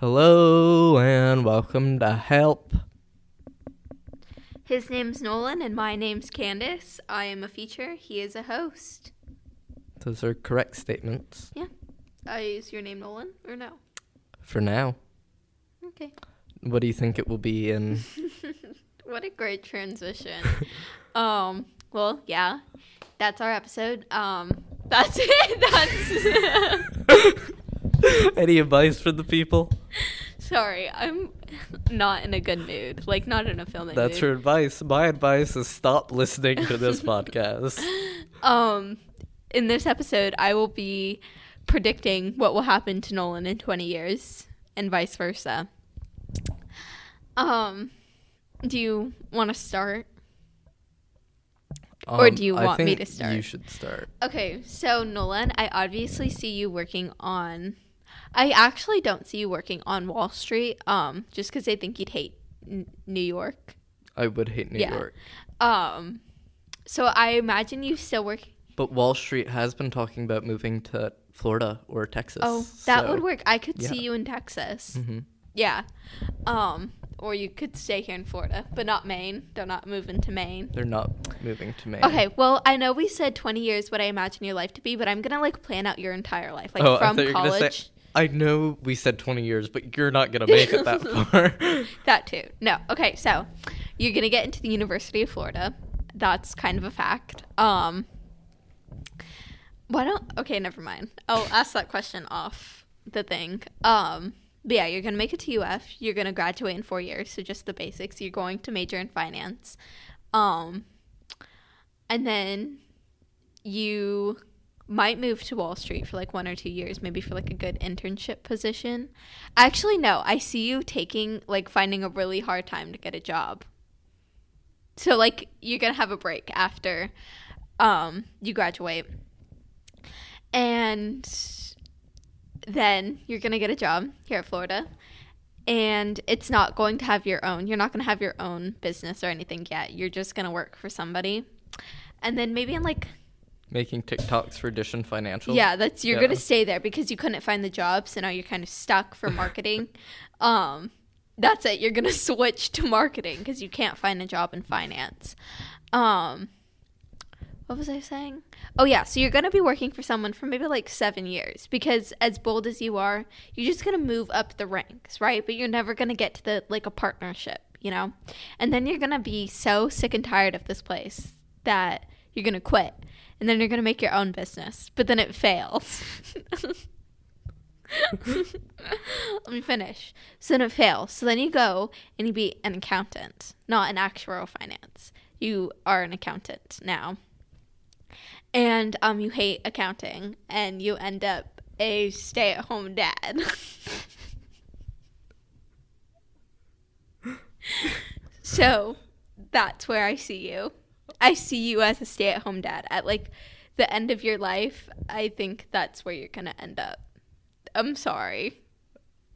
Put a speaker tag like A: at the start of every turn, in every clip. A: Hello and welcome to Help.
B: His name's Nolan and my name's Candace. I am a feature. He is a host.
A: Those are correct statements
B: I use your name Nolan or no?
A: for now.
B: Okay.
A: What do you think it will be in?
B: What a great transition. um, well, yeah. That's our episode. Um, that's it.
A: Any advice for the people?
B: That's Sorry, I'm not in a good mood. Like not in a filming
A: That's
B: mood.
A: your advice. My advice is stop listening to this podcast.
B: Um, in this episode, I will be predicting what will happen to Nolan in 20 years and vice versa. Um, do you want to start? Or do you
A: Um, I
B: want me
A: think
B: to start?
A: You should start.
B: Okay, so Nolan, I obviously see you working on. I actually don't see you working on Wall Street, um, just because I think you'd hate N- New York.
A: I would hate New
B: Yeah.
A: York.
B: Um, so I imagine you still work.
A: But Wall Street has been talking about moving to Florida or Texas.
B: Oh, that
A: so-
B: would work. I could
A: yeah.
B: see you in Texas.
A: Mhm.
B: Yeah. Um, or you could stay here in Florida, but not Maine. They're not moving to Maine.
A: They're not moving to Maine.
B: Okay, well, I know we said 20 years what I imagine your life to be, but I'm going to like plan out your entire life like
A: Oh, I
B: from
A: thought you were gonna say-
B: college.
A: I know we said 20 years, but you're not going to make it that far.
B: That too. No. Okay, so you're going to get into the University of Florida. That's kind of a fact. Um Why don't Okay, never mind. I'll ask that question off the thing. Um but yeah, you're going to make it to UF. You're going to graduate in 4 years, so just the basics. You're going to major in finance. Um and then you might move to Wall Street for like one or two years, maybe for like a good internship position. Actually, no, I see you taking like finding a really hard time to get a job. So like you're gonna have a break after um, you graduate, and then you're gonna get a job here at Florida. And it's not going to have your own. You're not going to have your own business or anything yet. You're just going to work for somebody. And then maybe in like
A: Making TikToks for Edition Financial.
B: yeah, that's you're
A: Yeah.
B: gonna stay there because you couldn't find the job, so now you're kind of stuck for marketing. um, that's it. You're gonna switch to marketing because you can't find a job in finance. Um, what was I saying? Oh yeah, so you're gonna be working for someone for maybe like seven years because as bold as you are, you're just gonna move up the ranks, right? But you're never gonna get to the like a partnership, you know. And then you're gonna be so sick and tired of this place that you're gonna quit, and then you're gonna make your own business, but then it fails. Let me finish. So then it fails. So then you go and you be an accountant, not an actuarial finance. You are an accountant now and um, you hate accounting, and you end up a stay-at-home dad. so that's where I see you. I see you as a stay-at-home dad at like the end of your life. I think that's where you're gonna end up. I'm sorry.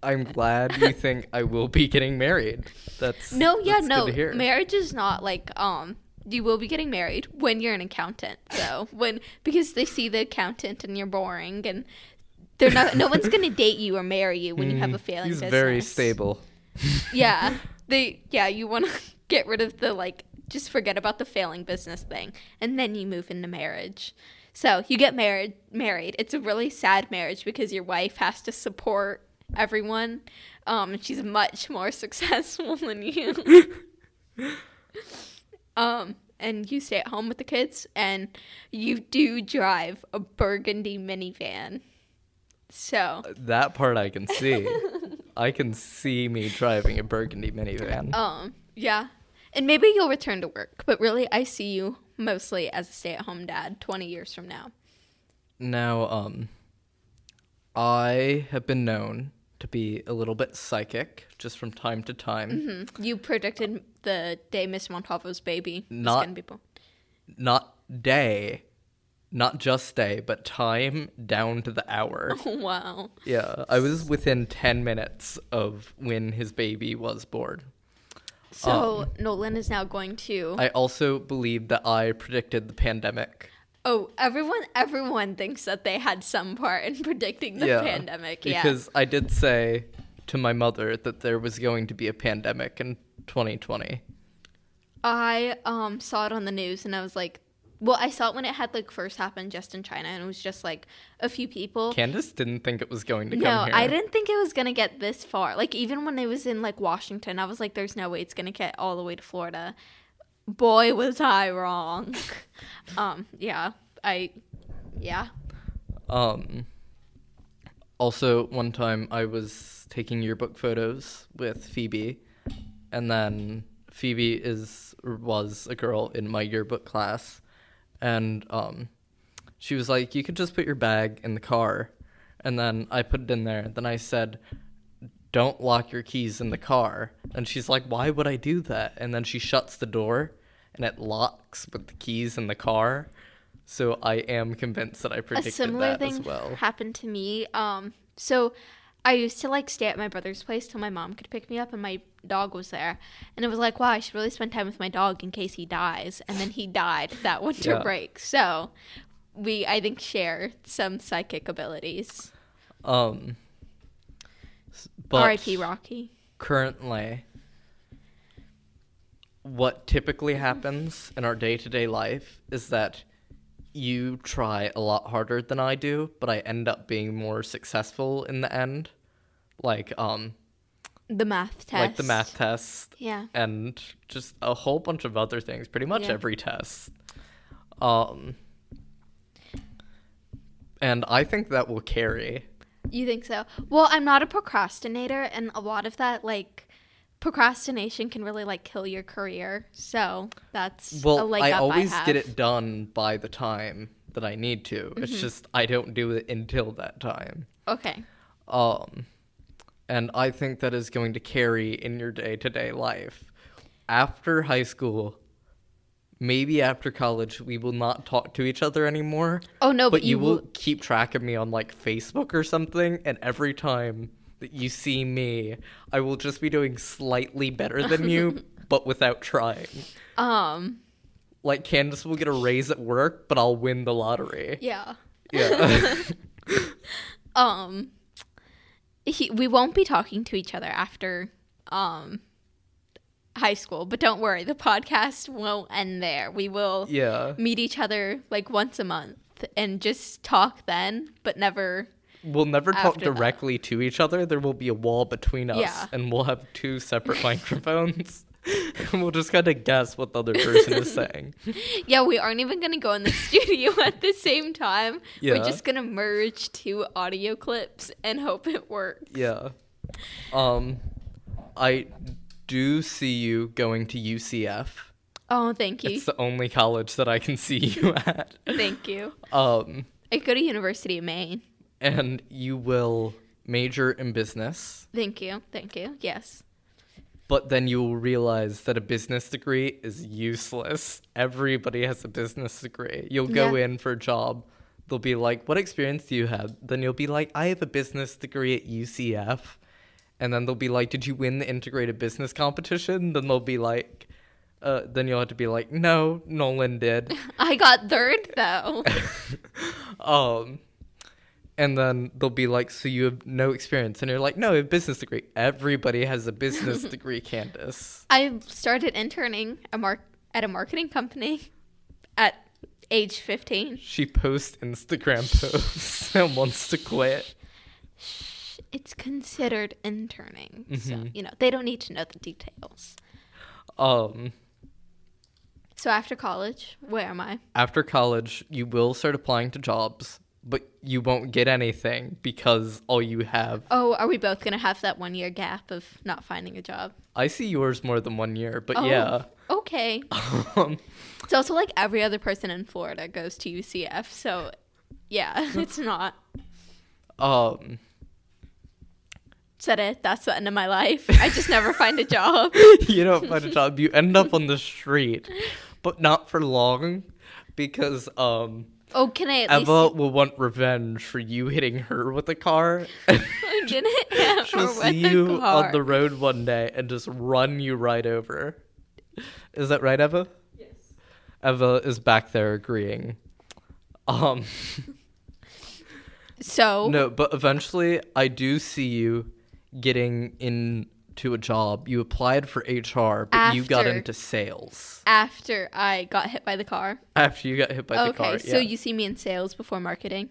A: I'm glad you think I will be getting married. That's
B: No, yeah,
A: that's
B: no.
A: Good to hear.
B: Marriage is not like um you will be getting married when you're an accountant though. when because they see the accountant and you're boring and they're not no one's gonna date you or marry you when you have a
A: Mm,
B: failing
A: He's
B: business.
A: very stable.
B: Yeah. They yeah, you wanna get rid of the like just forget about the failing business thing and then you move into marriage. So you get married married. It's a really sad marriage because your wife has to support everyone. Um and she's much more successful than you. Um, and you stay at home with the kids, and you do drive a burgundy minivan. So,
A: That part I can see. I can see me driving a burgundy minivan.
B: um, yeah. And maybe you'll return to work, but really, I see you mostly as a stay at home dad 20 years from now.
A: Now, um, I have been known to be a little bit psychic just from time to time.
B: Hmm. You predicted the day Miss Montalvo's baby was
A: Not-
B: going to be born.
A: Not day, not just day, but time down to the hour.
B: Wow.
A: Yeah, I was within 10 minutes of when his baby was born.
B: So, Nolan is now going to.
A: I also believe that I predicted the pandemic.
B: oh, everyone everyone thinks that they had some part in predicting the pandemic. Yeah.
A: Because I did say to my mother that there was going to be a pandemic in 2020.
B: I um saw it on the news and I was like, well, I saw it when it had like first happened just in China and it was just like a few people.
A: Candace didn't think it was going to
B: no,
A: come here.
B: I didn't think it was gonna get this far. Like even when it was in like Washington, I was like, there's no way it's gonna get all the way to Florida. Boy was I wrong. um, yeah. I yeah.
A: Um, also, one time I was taking yearbook photos with Phoebe, and then Phoebe is or was a girl in my yearbook class, and um, she was like, "You could just put your bag in the car," and then I put it in there. Then I said. Don't lock your keys in the car. And she's like, Why would I do that? And then she shuts the door and it locks with the keys in the car. So I am convinced that I predicted
B: a similar
A: that
B: thing
A: as well.
B: happened to me. Um, so I used to like stay at my brother's place till my mom could pick me up, and my dog was there. And it was like, wow, I should really spend time with my dog in case he dies. And then he died that winter
A: Yeah.
B: break. So we, I think, share some psychic abilities.
A: Um, s- but
B: R.I.P. Rocky.
A: currently, what typically happens in our day to day life is that you try a lot harder than I do, but I end up being more successful in the end. Like, um,
B: The math test.
A: like the math test
B: Yeah.
A: and just a whole bunch of other things, pretty much
B: Yeah.
A: every test. Um, and I think that will carry.
B: You think so? Well, I'm not a procrastinator, and a lot of that, like, procrastination can really like kill your career so that's a
A: Well,
B: leg
A: I
B: up
A: always
B: I have.
A: get it done by the time that I need to.
B: Mm-hmm.
A: It's just I don't do it until that time.
B: okay
A: Um, and I think that is going to carry in your day to day life. After high school, maybe after college, we will not talk to each other anymore.
B: Oh, no,
A: but, you will keep track of me on like Facebook or something, and every time that you see me, I will just be doing slightly better than you, but without trying.
B: Um.
A: like Candace will get a raise at work, but I'll win the lottery.
B: Yeah.
A: Yeah.
B: Um. He, we won't be talking to each other after um high school, but don't worry, the podcast won't end there. We will
A: yeah.
B: meet each other like once a month and just talk then, but never.
A: We'll never talk
B: After that.
A: directly to each other. There will be a wall between us,
B: Yeah.
A: and we'll have two separate microphones. and we'll just kind of guess what the other person is saying.
B: Yeah, we aren't even gonna go in the studio at the same time.
A: Yeah.
B: We're just gonna merge two audio clips and hope it works.
A: Yeah. Um, I do see you going to UCF.
B: Oh, thank you,
A: It's the only college that I can see you at.
B: thank you.
A: Um,
B: I go to University of Maine.
A: and you will major in business.
B: Thank you, thank you. Yes.
A: but then you'll realize that a business degree is useless. Everybody has a business degree. You'll go
B: Yeah.
A: in for a job. They'll be like, "What experience do you have?" Then you'll be like, "I have a business degree at UCF." And then they'll be like, "Did you win the integrated business competition?" Then they'll be like, uh, "Then you'll have to be like, no, Nolan did."
B: I got third though.
A: um, and then they'll be like, "So you have no experience?" And you're like, "No, I have a business degree." Everybody has a business degree, Candace.
B: I started interning a mar- at a marketing company at age 15.
A: She posts Instagram posts and wants to quit.
B: It's considered interning.
A: Mm-hmm.
B: So, you know, they don't need to know the details.
A: Um,
B: So after college, where am I?
A: after college, you will start applying to jobs, but you won't get anything because all you have.
B: Oh, are we both going to have that one year gap of not finding a job?
A: I see yours more than one year, but
B: Oh,
A: yeah.
B: Okay.
A: Um,
B: It's also like every other person in Florida goes to UCF. So, yeah, it's not.
A: um,
B: Said it. That's the end of my life. I just never find a job.
A: you don't find a job. You end up on the street, but not for long because um,
B: Oh, can I at least
A: Eva will want revenge for you hitting her with a car.
B: I didn't have
A: She'll
B: her
A: see
B: with a
A: you on
B: car.
A: the road one day and just run you right over. Is that right, Eva? Yes. Eva is back there agreeing. Um,
B: So Oh.
A: no, but eventually I do see you getting into a job, you applied for HR, but you got
B: After.
A: into sales
B: After I got hit by the car.
A: after you got hit by the
B: okay,
A: car.
B: so
A: yeah.
B: you see me in sales before marketing.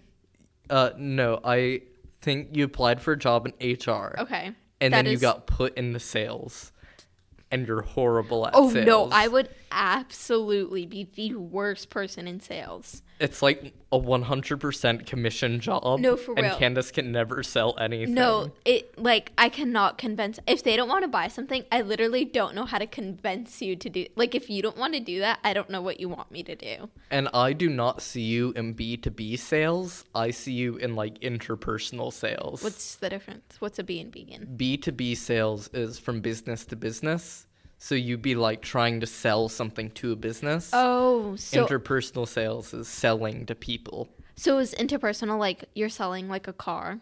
A: Uh, no, I think you applied for a job in HR.
B: Okay.
A: And
B: that
A: then you
B: is-
A: got put into sales, and you're horrible at
B: Oh
A: sales.
B: no, I would absolutely be the worst person in sales.
A: It's like a 100% commission job.
B: No, for
A: and
B: real.
A: Candace can never sell anything.
B: No, it like I cannot convince if they don't want to buy something, I literally don't know how to convince you to do like if you don't want to do that, I don't know what you want me to do.
A: And I do not see you in B2B sales. I see you in like interpersonal sales.
B: What's the difference? What's a B and vegan?
A: B2B sales is from business to business. So you'd be like trying to sell something to a business.
B: Oh, so
A: Interpersonal sales is selling to people.
B: so is interpersonal like you're selling like a car.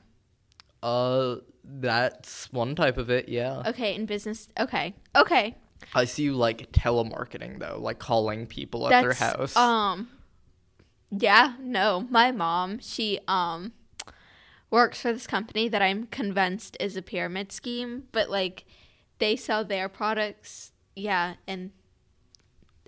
A: Uh that's one type of it, yeah.
B: Okay, in business. Okay. Okay.
A: I see you like telemarketing though, like calling people at
B: That's
A: their house.
B: um Yeah, no. My mom, she um works for this company that I'm convinced is a pyramid scheme, but like they sell their products. Yeah, and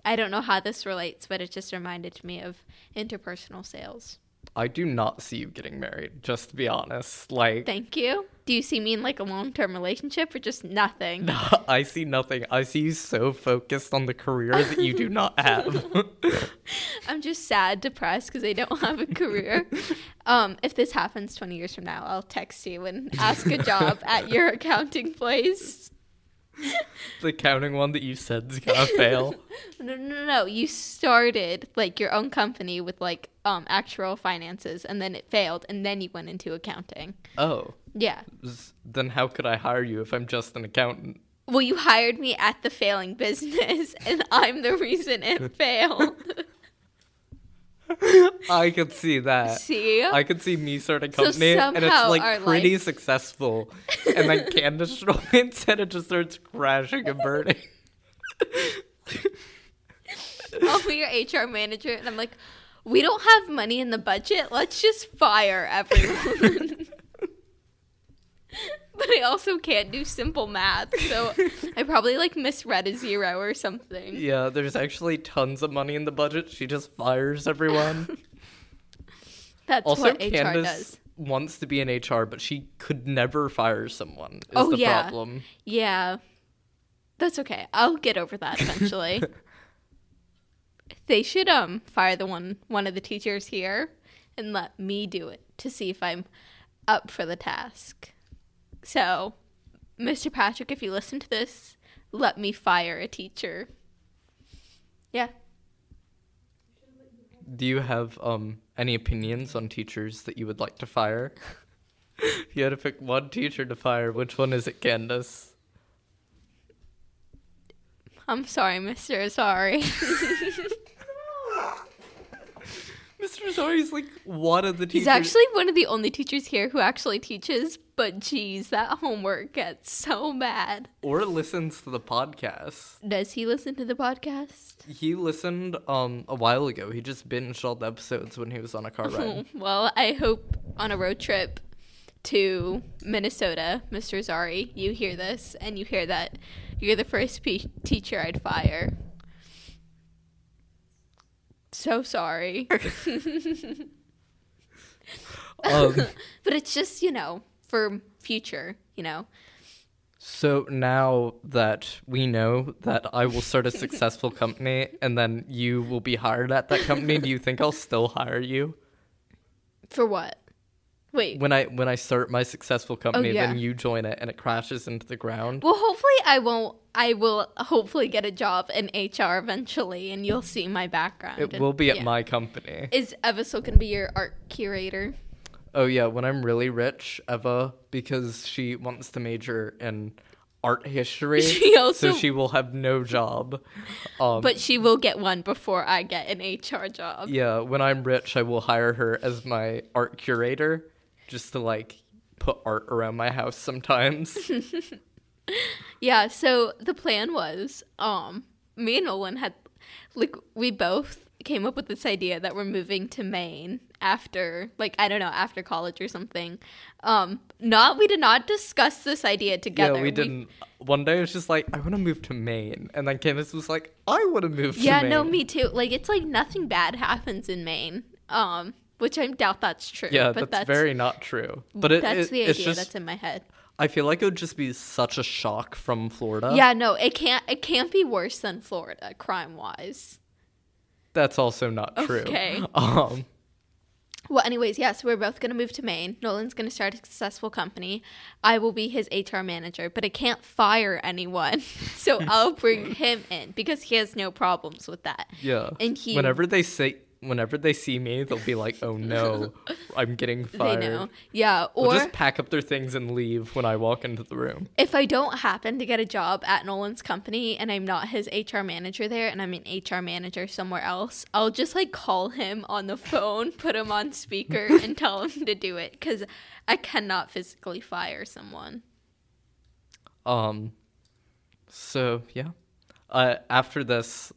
B: I don't know how this relates, but it just reminded me of interpersonal sales.
A: I do not see you getting married, just to be honest. Like
B: Thank you. Do you see me in like a long-term relationship or just nothing?
A: I see nothing. I see you so focused on the career that you do not have.
B: I'm just sad, depressed because I don't have a career. um, if this happens 20 years from now, I'll text you and ask a job at your accounting place.
A: the counting one that you said is gonna fail.
B: No, no, no, no. You started like your own company with like um, actual finances, and then it failed, and then you went into accounting.
A: Oh,
B: Yeah.
A: s- then how could I hire you if I'm just an accountant?
B: Well, you hired me at the failing business, and I'm the reason it failed.
A: I could see that.
B: See?
A: I could see me starting a company and it's
B: somehow
A: like
B: our
A: pretty
B: life-
A: successful. And then Candace instead it just starts crashing and burning.
B: call me your HR manager, and I'm like, we don't have money in the budget. Let's just fire everyone. but I also can't do simple math, so I probably like misread a zero or something.
A: yeah, there's actually tons of money in the budget. She just fires everyone.
B: That's
A: also,
B: what HR
A: Candace
B: does.
A: wants to be in HR, but she could never fire someone. Is
B: Oh,
A: the
B: yeah.
A: problem?
B: Yeah, that's okay. I'll get over that eventually. they should um fire the one one of the teachers here and let me do it to see if I'm up for the task. So, Mr. Patrick, if you listen to this, let me fire a teacher. Yeah.
A: Do you have um any opinions on teachers that you would like to fire? if you had to pick one teacher to fire, which one is it, Candace?
B: I'm sorry, Mr. Sorry.
A: Mr. Zari's like one of the teachers.
B: He's actually one of the only teachers here who actually teaches, but geez, that homework gets so bad.
A: or listens to the podcast.
B: Does he listen to the podcast?
A: He listened um a while ago. He just binged all the episodes when he was on a car ride.
B: Well, I hope on a road trip to Minnesota, Mr. Zari, you hear this and you hear that you're the first pe- teacher I'd fire. So sorry.
A: um,
B: but it's just, you know, for future, you know.
A: so now that we know that I will start a successful company and then you will be hired at that company, do you think I'll still hire you?
B: For what? Wait.
A: when I when I start my successful company,
B: Oh, yeah.
A: then you join it and it crashes into the ground.
B: Well, hopefully I won't I will hopefully get a job in HR eventually and you'll see my background.
A: It
B: and-
A: will be at
B: yeah.
A: my company.
B: Is Evisel going to be your art curator?
A: Oh yeah, when I'm really rich, Eva, because she wants to major in art history,
B: She also-
A: so she will have no job. Um,
B: But she will get one before I get an HR job.
A: yeah, when I'm rich, I will hire her as my art curator, just to like put art around my house sometimes.
B: Yeah, so the plan was um me and Nolan had like we both came up with this idea that we're moving to Maine after like I don't know after college or something. Um not we did not discuss this idea together.
A: Yeah, we didn't. One day it was just like, I want to move to Maine. And then Candace was like, I want to move
B: yeah,
A: to Maine.
B: no me too. Like it's like nothing bad happens in Maine. Um which I doubt that's true.
A: Yeah,
B: but
A: that's,
B: that's
A: very not true. But it,
B: that's
A: it-
B: the
A: it's
B: idea
A: just,
B: that's in my head.
A: I feel like it would just be such a shock from Florida.
B: yeah, no, it can't it can't be worse than Florida crime wise.
A: That's also not true.
B: Okay.
A: Um,
B: Well, anyways, yes, we're both going to move to Maine. Nolan's going to start a successful company. I will be his HR manager, but I can't fire anyone. So I'll bring him in because he has no problems with that.
A: yeah.
B: And he-
A: Whenever they say, whenever they see me, they'll be like, "Oh no, I'm getting fired."
B: They know. Yeah.
A: They'll
B: Or
A: just pack up their things and leave when I walk into the room.
B: if I don't happen to get a job at Nolan's company and I'm not his HR manager there and I'm an HR manager somewhere else, I'll just like call him on the phone, put him on speaker, and tell him to do it because I cannot physically fire someone.
A: Um, so yeah. Uh, after this,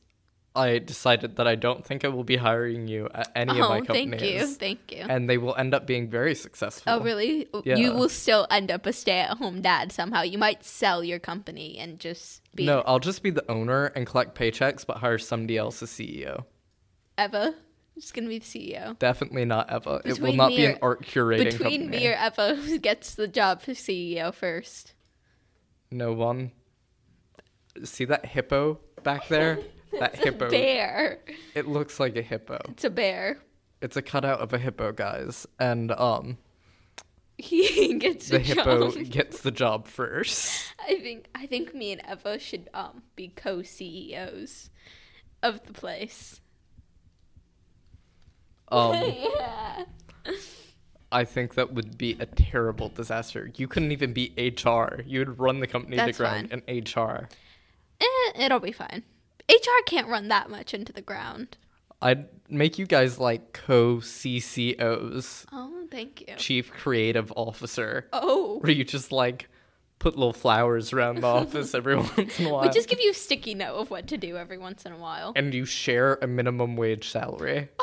A: I decided that I don't think I will be hiring you at any of my
B: Oh,
A: companies.
B: thank you. Thank you.
A: and they will end up being very successful.
B: Oh, really?
A: Yeah.
B: You will still end up a stay at home dad somehow. You might sell your company and just be
A: No, I'll just be the owner and collect paychecks, but hire somebody else as E CEO.
B: Eva. Just going to be the E CEO.
A: Definitely not Eva. it will
B: Between
A: not
B: me
A: be an
B: or-
A: art curating
B: Between
A: company.
B: me or Eva, who gets the job for CEO first?
A: no one. See that hippo back there? That hippo.
B: Bear.
A: It looks like a hippo.
B: It's a bear.
A: It's a cutout of a hippo, guys, and um,
B: He gets
A: the
B: a
A: hippo
B: job.
A: gets the job first.
B: I think I think me and Eva should um be co CEOs of the place.
A: Um,
B: yeah.
A: I think that would be a terrible disaster. You couldn't even be HR. You would run the company to
B: That's
A: ground, and HR.
B: Eh, it'll be fine. HR can't run that much into the ground.
A: I'd make you guys like co CCOs,
B: Oh, thank you.
A: Chief Creative Officer,
B: Oh.
A: where you just like put little flowers around the office every once in a while.
B: We just give you a sticky note of what to do every once in a while.
A: and you share a minimum wage salary.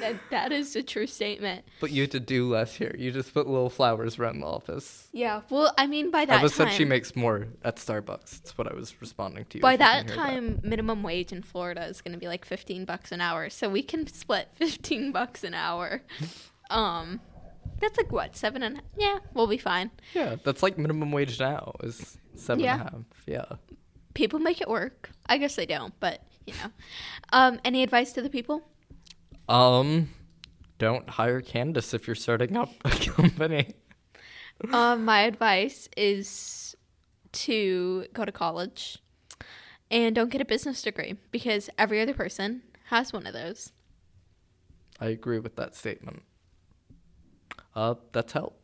B: That, that is a true statement.
A: But you have to do less here. You just put little flowers around the office.
B: Yeah. Well, I mean, by that
A: Eva
B: time,
A: said she makes more at Starbucks. That's what I was responding to you.
B: by
A: if you can
B: that
A: hear
B: time, minimum wage in Florida is going to be like fifteen bucks an hour, so we can split fifteen bucks an hour. Um, that's like what seven and yeah, we'll be fine.
A: Yeah, that's like minimum wage now is seven and a
B: Yeah.
A: half. Yeah.
B: People make it work. I guess they don't, but you know. Um, any advice to the people?
A: Um, don't hire Candace if you're starting up a company.
B: Um, my advice is to go to college and don't get a business degree because every other person has one of those.
A: I agree with that statement. Uh, that's help.